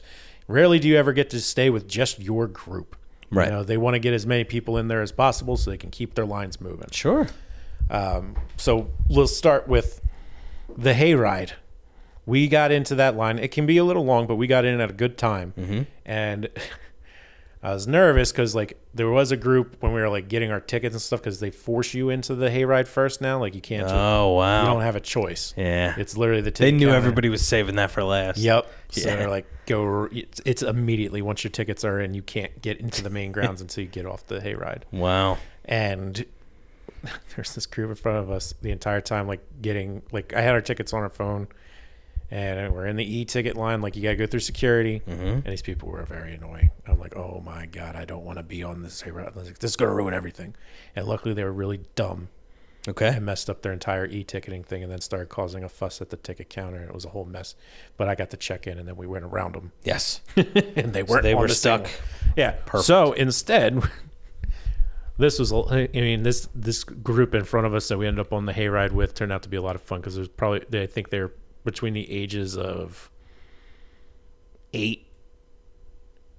Rarely do you ever get to stay with just your group. Right. You know, they want to get as many people in there as possible so they can keep their lines moving. Sure. So we'll start with the hayride. We got into that line. It can be a little long, but we got in at a good time. Mm-hmm. And I was nervous because like there was a group when we were like getting our tickets and stuff because they force you into the hayride first now. Like you can't. just- Oh you don't wow. have a choice. Yeah. It's literally the ticket. They knew counter. everybody was saving that for last. Yep. So Yeah. they're like, go. It's, it's immediately once your tickets are in, you can't get into the main grounds until you get off the hayride Wow. and there's this group in front of us the entire time like getting like i had our tickets on our phone and we're in the e-ticket line like you gotta go through security and these people were very annoying i'm like oh my god i don't want to be on this I was like, this is gonna ruin everything and luckily they were really dumb Okay. and messed up their entire e-ticketing thing and then started causing a fuss at the ticket counter and it was a whole mess but i got to check in and then we went around them Yes. and they weren't. they on were the same stuck. one. Yeah. Perfect. So instead, this was. I mean this this group in front of us that we ended up on the hayride with turned out to be a lot of fun because there's probably they I think they're between the ages of eight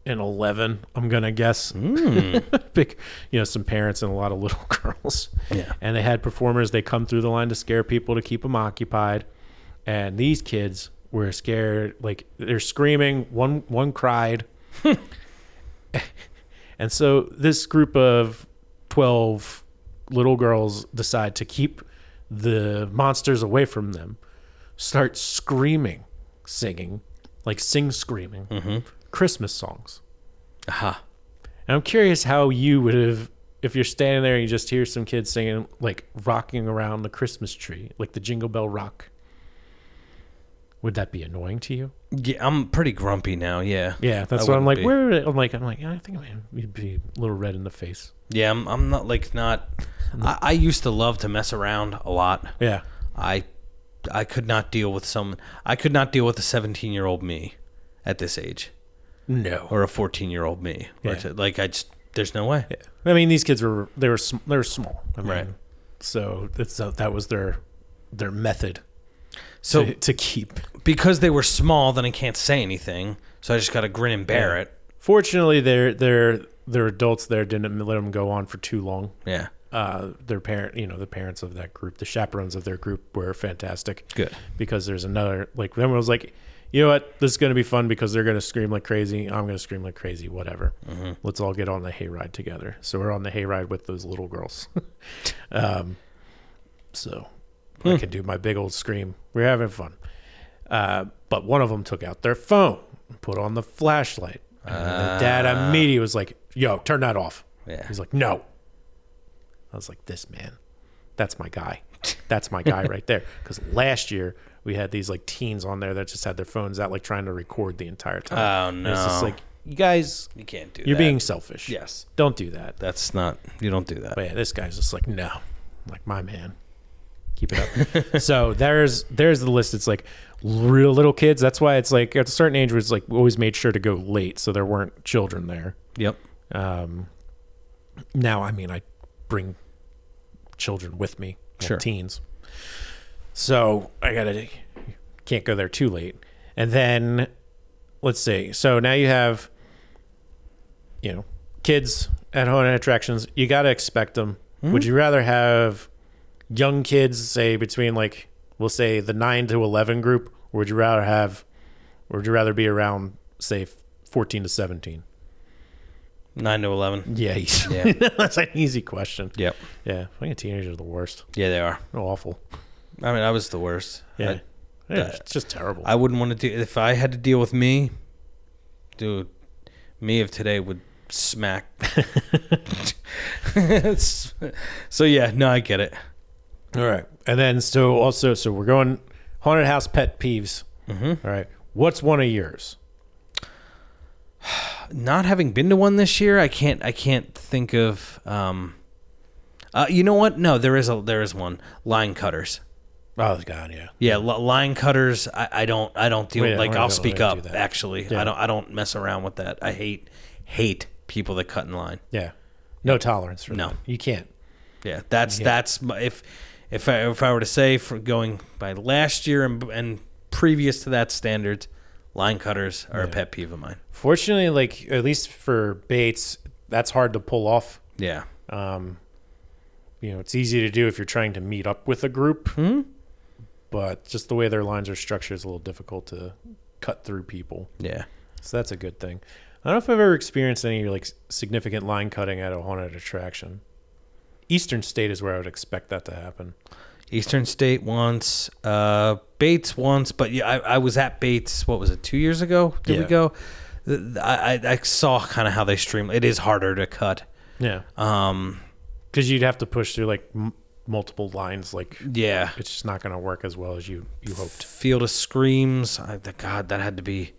and eleven. I'm gonna guess. Hmm. Big, you know, some parents and a lot of little girls. Yeah. And they had performers. They come through the line to scare people to keep them occupied. And these kids were scared. Like they're screaming. One one cried. and so this group of twelve little girls decide to keep the monsters away from them. Start screaming, singing, like sing screaming Christmas songs. Aha. And I'm curious how you would have, if you're standing there and you just hear some kids singing, like rocking around the Christmas tree, like the Jingle Bell Rock. Would that be annoying to you? Yeah, I'm pretty grumpy now. Yeah. Yeah, that's I what I'm wouldn't like. be. Where would it- I'm like, I'm like, I think I'm- you'd be a little red in the face. Yeah. I'm, I'm not like not. I, I used to love to mess around a lot. Yeah, I I could not deal with some I could not deal with a 17-year-old me at this age no. or a 14-year-old me. Or Yeah. to- like I just there's no way. I mean, these kids were they were sm- they were small, I mean, Right. So that's so that was their their method So to, to keep. because they were small then I can't say anything. So I just got to grin and bear it. Fortunately, their their their adults there didn't let them go on for too long. Yeah. uh, their parent, you know, the parents of that group, the chaperones of their group were fantastic. Good. Because there's another, like, then I was like, you know what? This is going to be fun because they're going to scream like crazy. I'm going to scream like crazy, whatever. Let's all get on the hayride together. So we're on the hayride with those little girls. um, so I can do my big old scream. We're having fun. Uh, but one of them took out their phone, put on the flashlight. And the dad immediately was like, yo, turn that off. Yeah. He's like, no. I was like, this man, that's my guy. That's my guy right there. Because last year we had these like teens on there that just had their phones out, like trying to record the entire Oh, time. And It's just no. like, you guys, You can't do you're that. being selfish. Yes. Don't do that. That's not. You don't do that. But yeah, this guy's just like, no, I'm like my man, keep it up. so there's there's the list. It's like real little kids. That's why it's like at a certain age, was like we always made sure to go late, so there weren't children there. Yep. Um, now, I mean, I bring children with me, well, Sure. teens. So I gotta can't go there too late. And then let's see. So now you have, you know, kids at haunted attractions. You gotta expect them. Would you rather have young kids, say between like we'll say the nine to eleven group, or would you rather have, or would you rather be around say fourteen to seventeen? Nine to eleven. Yeah, he's- Yeah. that's an easy question. Yep. Yeah, fucking teenagers are the worst. Yeah, they are. They're awful. I mean, I was the worst. Yeah, I, Yeah, it's just terrible. I wouldn't want to do if I had to deal with me, dude. Me of today would smack. so yeah, no, I get it. All right, and then so also so we're going haunted house pet peeves. Mm-hmm. right, what's one of yours? Not having been to one this year, I can't. I can't think of. Um, uh, you know what? No, there is a there is one line cutters. Oh God, yeah. Yeah, li- line cutters. I, I don't. I don't deal. We don't- like we I'll don't- we speak don't do up. that. Actually, Yeah. I don't. I don't mess around with that. I hate hate people that cut in line. Yeah, no tolerance for No. that. You can't. Yeah, that's that's my, if if I if I were to say for going by last year and and previous to that standards, line cutters are a pet peeve of mine. Fortunately, like at least for Bates, that's hard to pull off. Yeah, You know, it's easy to do if you're trying to meet up with a group, but just the way their lines are structured is a little difficult to cut through people. yeah. So that's a good thing. I don't know if I've ever experienced any like significant line cutting at a haunted attraction. Eastern State is where I would expect that to happen. Eastern State once, uh, Bates once, but yeah, I, I was at Bates. What was it? Two years ago? Did Yeah. we go? Th- th- I, I I saw kind of how they stream. It is harder to cut. Yeah, Um, because you'd have to push through like m- multiple lines. Like yeah. it's just not going to work as well as you you hoped. Field of Screams. I, the, God, that had to be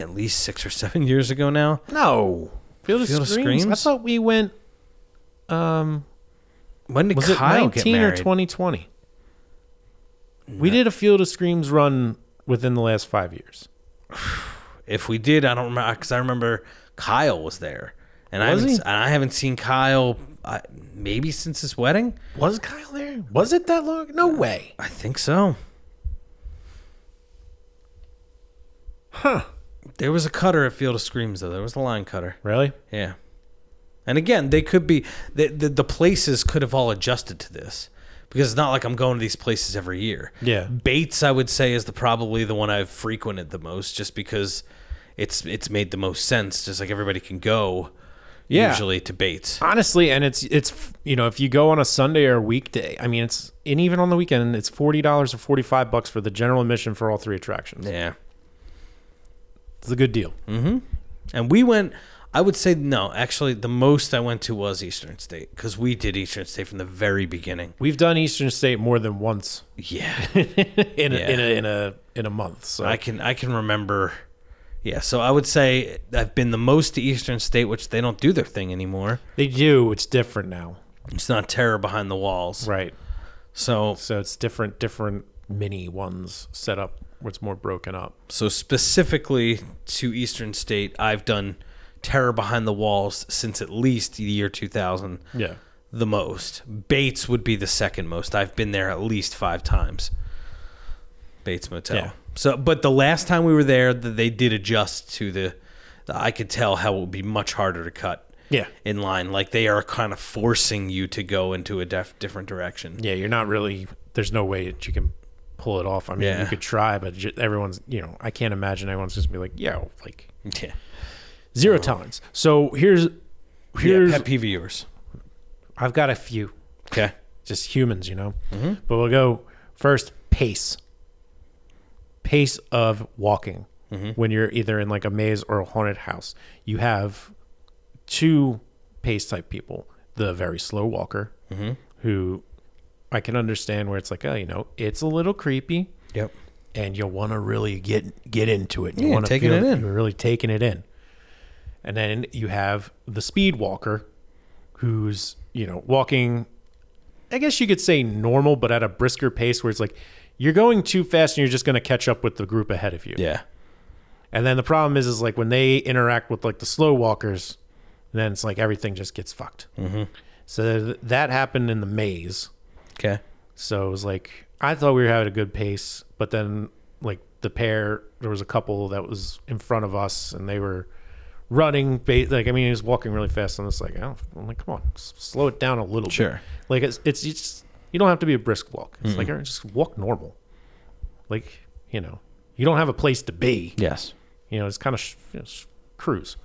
at least six or seven years ago now. No, Field of, Field of Screams? I Screams? thought we went. When did Was it Kyle get nineteen or married? twenty twenty? We did a Field of Screams run within the last five years. If we did, I don't remember because I remember Kyle was there, and I Was haven't, he? and I haven't seen Kyle I, maybe since his wedding. Was Kyle there? Was it that long? No way. I think so. Huh. There was a cutter at Field of Screams though. There was a line cutter. Really? Yeah. And again, they could be the, the the places could have all adjusted to this because it's not like I'm going to these places every year. Yeah. Bates, I would say, is the probably the one I've frequented the most, just because it's it's made the most sense. Just like everybody can go, Yeah. usually to Bates. honestly and it's it's you know if you go on a sunday or a weekday i mean it's and even on the weekend it's $40 or 45 bucks for the general admission for all three attractions Yeah. Mm-hmm. it's a good deal And we went. I would say no. Actually, the most I went to was Eastern State because we did Eastern State from the very beginning. we've done eastern state more than once Yeah. in, Yeah. a, in a in a in a month so I can I can remember. Yeah, so I would say I've been the most to Eastern State, which they don't do their thing anymore. they do it's different now It's not terror behind the walls. right So so it's different different mini ones set up where it's more broken up so specifically to Eastern State, I've done terror behind the walls since at least the year 2000. yeah The most Bates would be the second most. I've been there at least five times. Bates Motel. Yeah. So, but the last time we were there, th- they did adjust to the. the- I could tell how it would be much harder to cut. yeah in line. Like they are kind of forcing you to go into a def- different direction. yeah you're not really there's no way that you can pull it off i mean Yeah. you could try but ju- everyone's you know i can't imagine everyone's just be like yeah like Yeah. Zero tolerance. So here's here's pet peeve viewers. I've got a few, Okay. just humans, you know. But we'll go first pace. Pace of walking Mm-hmm. when you're either in like a maze or a haunted house. You have two paced type people. The very slow walker, who I can understand where it's like, oh, you know, it's a little creepy, Yep. and you want to really get get into it. You Yeah, want to taking feel it that in. You're really taking it in. And then you have the speed walker, who's you know walking. I guess you could say normal, but at a brisker pace, where it's like you're going too fast and you're just going to catch up with the group ahead of you. Yeah. And then the problem is, is like when they interact with like the slow walkers, then it's like everything just gets fucked. Mm-hmm. So th- that happened in the maze. Okay. So it was like I thought we were having a good pace, but then like the pair, there was a couple that was in front of us, and they were running. Ba- like I mean, he was walking really fast, and it's like, oh, I'm like, come on, s- slow it down a little bit. Sure. Like it's it's, it's you don't have to be a brisk walk. It's like all right, just walk normal. Like you know, you don't have a place to be Yes. you know, it's kind of sh- you know, sh- cruise.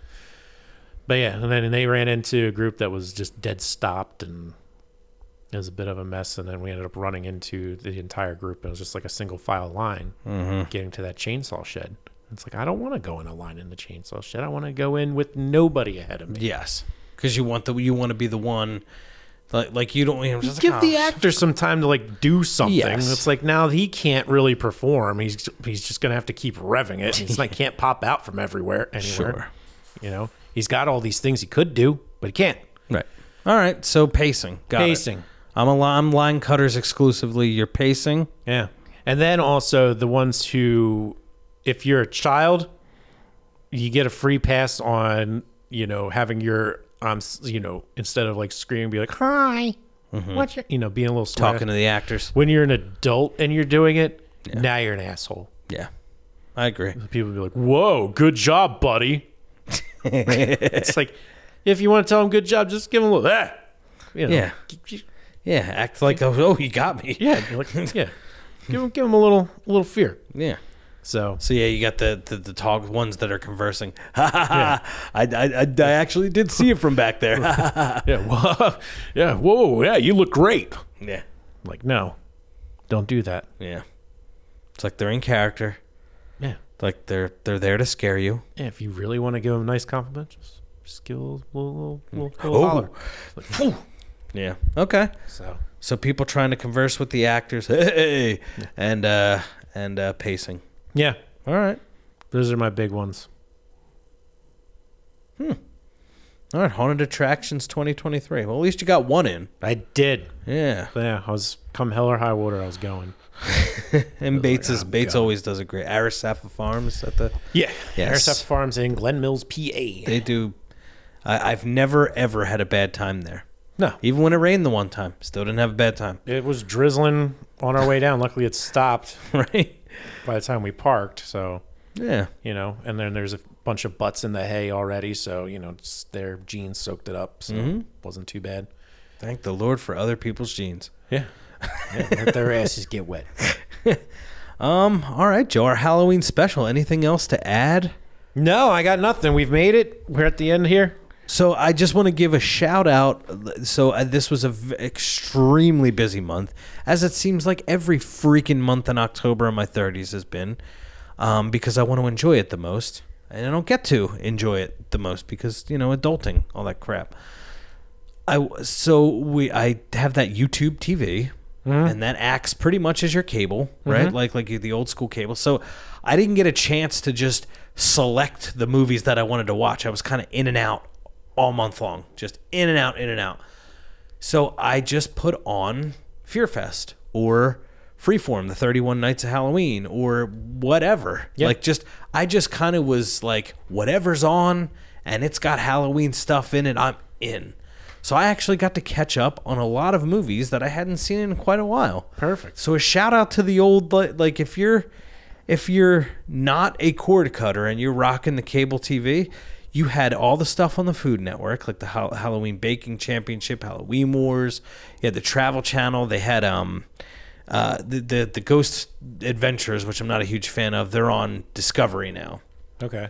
But yeah, and then they ran into a group that was just dead stopped, and it was a bit of a mess. And then we ended up running into the entire group. It was just like a single file line getting to that chainsaw shed. It's like I don't want to go in a line in the chainsaw shed. I want to go in with nobody ahead of me. Yes. Because you want the you want to be the one, like like you don't. I'm just Give like, the "Oh, actor some time to like do something. Yes. It's like now he can't really perform. He's he's just gonna have to keep revving it. He's like can't pop out from everywhere anywhere. Sure. You know, he's got all these things he could do, but he can't. Right. All right. So pacing. Got it. Pacing. I'm a li- I'm line cutters exclusively. You're pacing. Yeah. And then also the ones who, if you're a child, you get a free pass on, you know, having your, um, s- you know, instead of like screaming, be like, hi, what's your, you know, being a little smart. Mm-hmm. Talking to the actors. When you're an adult and you're doing it, now you're an asshole. Yeah. I agree. People be like, whoa, good job, buddy. it's like, if you want to tell them good job, just give them a little, ah. You know, Yeah. Yeah. Act like oh you got me. Yeah, you're like, yeah. Give him, give him a little, a little fear. Yeah. So So yeah, you got the the, the talk ones that are conversing. Ha ha ha! I, I, I, I actually did see it from back there. yeah, whoa, yeah, whoa, yeah. You look great. yeah. Like no, don't do that. Yeah. It's like they're in character. Yeah, Like they're they're there to scare you. yeah if you really want to give him a nice compliment, just, just give him a little, little, little, little Oh. holler. Like, "Phew." Yeah. Okay. so So people trying to converse with the actors. Hey. And uh and uh pacing. yeah, All right. those are my big ones. All right, haunted attractions 2023. Well, at least you got one in. I did. Yeah, Yeah, I was come hell or high water, I was going. and Bates is I'm Bates gone. always does a great. Arisafa Farms at the Yeah, Yes. Airsoft Farms in Glen Mills, PA. they do. I, I've never ever had a bad time there. No, Even when it rained the one time, still didn't have a bad time. it was drizzling on our way down. Luckily, it stopped Right? by the time we parked. So Yeah. you know, and then there's a bunch of butts in the hay already, so you know, it's, their jeans soaked it up, so it wasn't too bad. Thank the Lord for other people's jeans. Yeah. let their asses get wet. Um. All right, Joe. Our Halloween special. Anything else to add? No, I got nothing. We've made it. We're at the end here. So I just want to give a shout out. So uh, this was an extremely busy month, as it seems like every freaking month in October in my 30s has been, um, because I want to enjoy it the most, and I don't get to enjoy it the most because you know adulting, all that crap. I w- so we I have that YouTube TV, and that acts pretty much as your cable, right? Like like the old school cable. So I didn't get a chance to just select the movies that I wanted to watch. I was kind of in and out all month long, just in and out, in and out. So I just put on Fear Fest or Freeform, the 31 Nights of Halloween or whatever. Like just I just kind of was like whatever's on and it's got Halloween stuff in it, I'm in. So I actually got to catch up on a lot of movies that I hadn't seen in quite a while. Perfect. So a shout out to the old li- like if you're if you're not a cord cutter and you're rocking the cable TV, you had all the stuff on the Food Network, like the Hal- Halloween Baking Championship, Halloween Wars. You had the Travel Channel. They had um, uh, the, the the Ghost Adventures, which I'm not a huge fan of. They're on Discovery now Okay.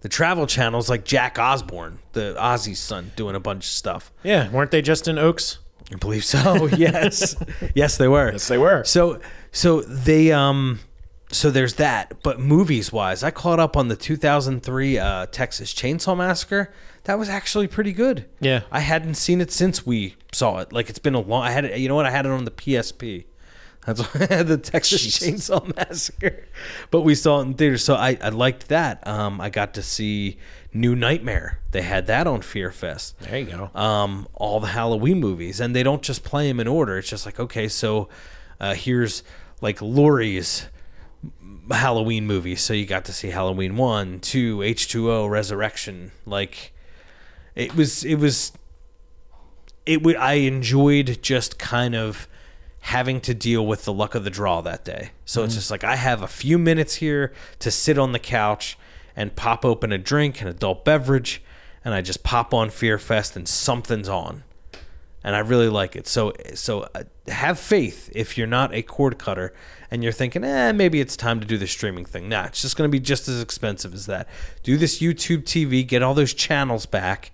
the travel channels like Jack Osborne, the Ozzy's son, doing a bunch of stuff. Yeah, weren't they just in Oaks? I believe so. yes, yes, they were. Yes, they were. So, so they um, so there's that. But movies wise, I caught up on the 2003 uh, Texas Chainsaw Massacre. That was actually pretty good. Yeah. I hadn't seen it since we saw it. Like it's been a long. I had it. You know what? I had it on the PSP. That's why I had the Texas Chainsaw Massacre. But we saw it in theaters, so I, I liked that. Um, I got to see New Nightmare. They had that on Fear Fest There you go. um, all the Halloween movies, and they don't just play them in order. It's just like, okay, so uh, here's like Laurie's Halloween movie. So you got to see Halloween one, two, H two O, Resurrection. Like it was, it was, it would. I enjoyed just kind of having to deal with the luck of the draw that day. So it's just like I have a few minutes here to sit on the couch and pop open a drink, an adult beverage, and I just pop on Fear Fest and something's on. And I really like it. So so uh, have faith if you're not a cord cutter and you're thinking, "Eh, maybe it's time to do the streaming thing." Nah, it's just going to be just as expensive as that. Do this YouTube TV, get all those channels back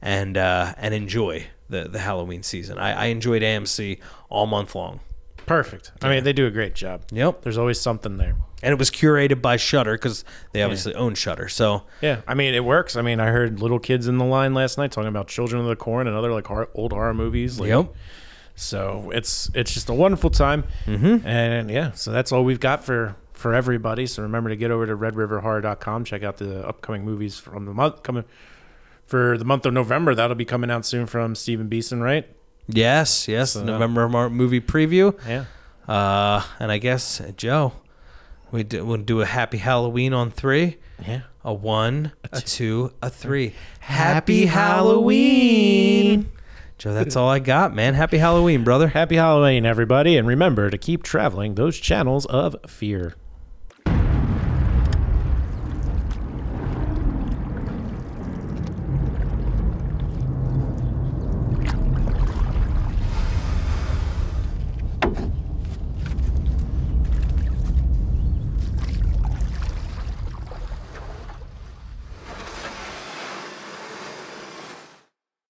and uh, and enjoy the, the Halloween season. I, I enjoyed AMC all month long, Perfect. I mean, they do a great job. Yep. There's always something there. and it was curated by Shutter because they obviously own Shutter. So Yeah. I mean, it works. I mean, I heard little kids in the line last night talking about Children of the Corn and other like hor old horror movies. Like, Yep. So it's it's just a wonderful time. Mm-hmm. And yeah, so that's all we've got for for everybody. So remember to get over to redriverhorror.com, check out the upcoming movies from the month coming for the month of November. That'll be coming out soon from Stephen Beeson, right? yes, yes, November mar- movie preview, Yeah. uh, and I guess uh, Joe, we do, we'll do a Happy Halloween on three. Yeah. A one, a two, a three. Happy Happy Halloween. Joe, that's all I got, man. Happy Halloween, brother. Happy Halloween, everybody, and remember to keep traveling those channels of fear.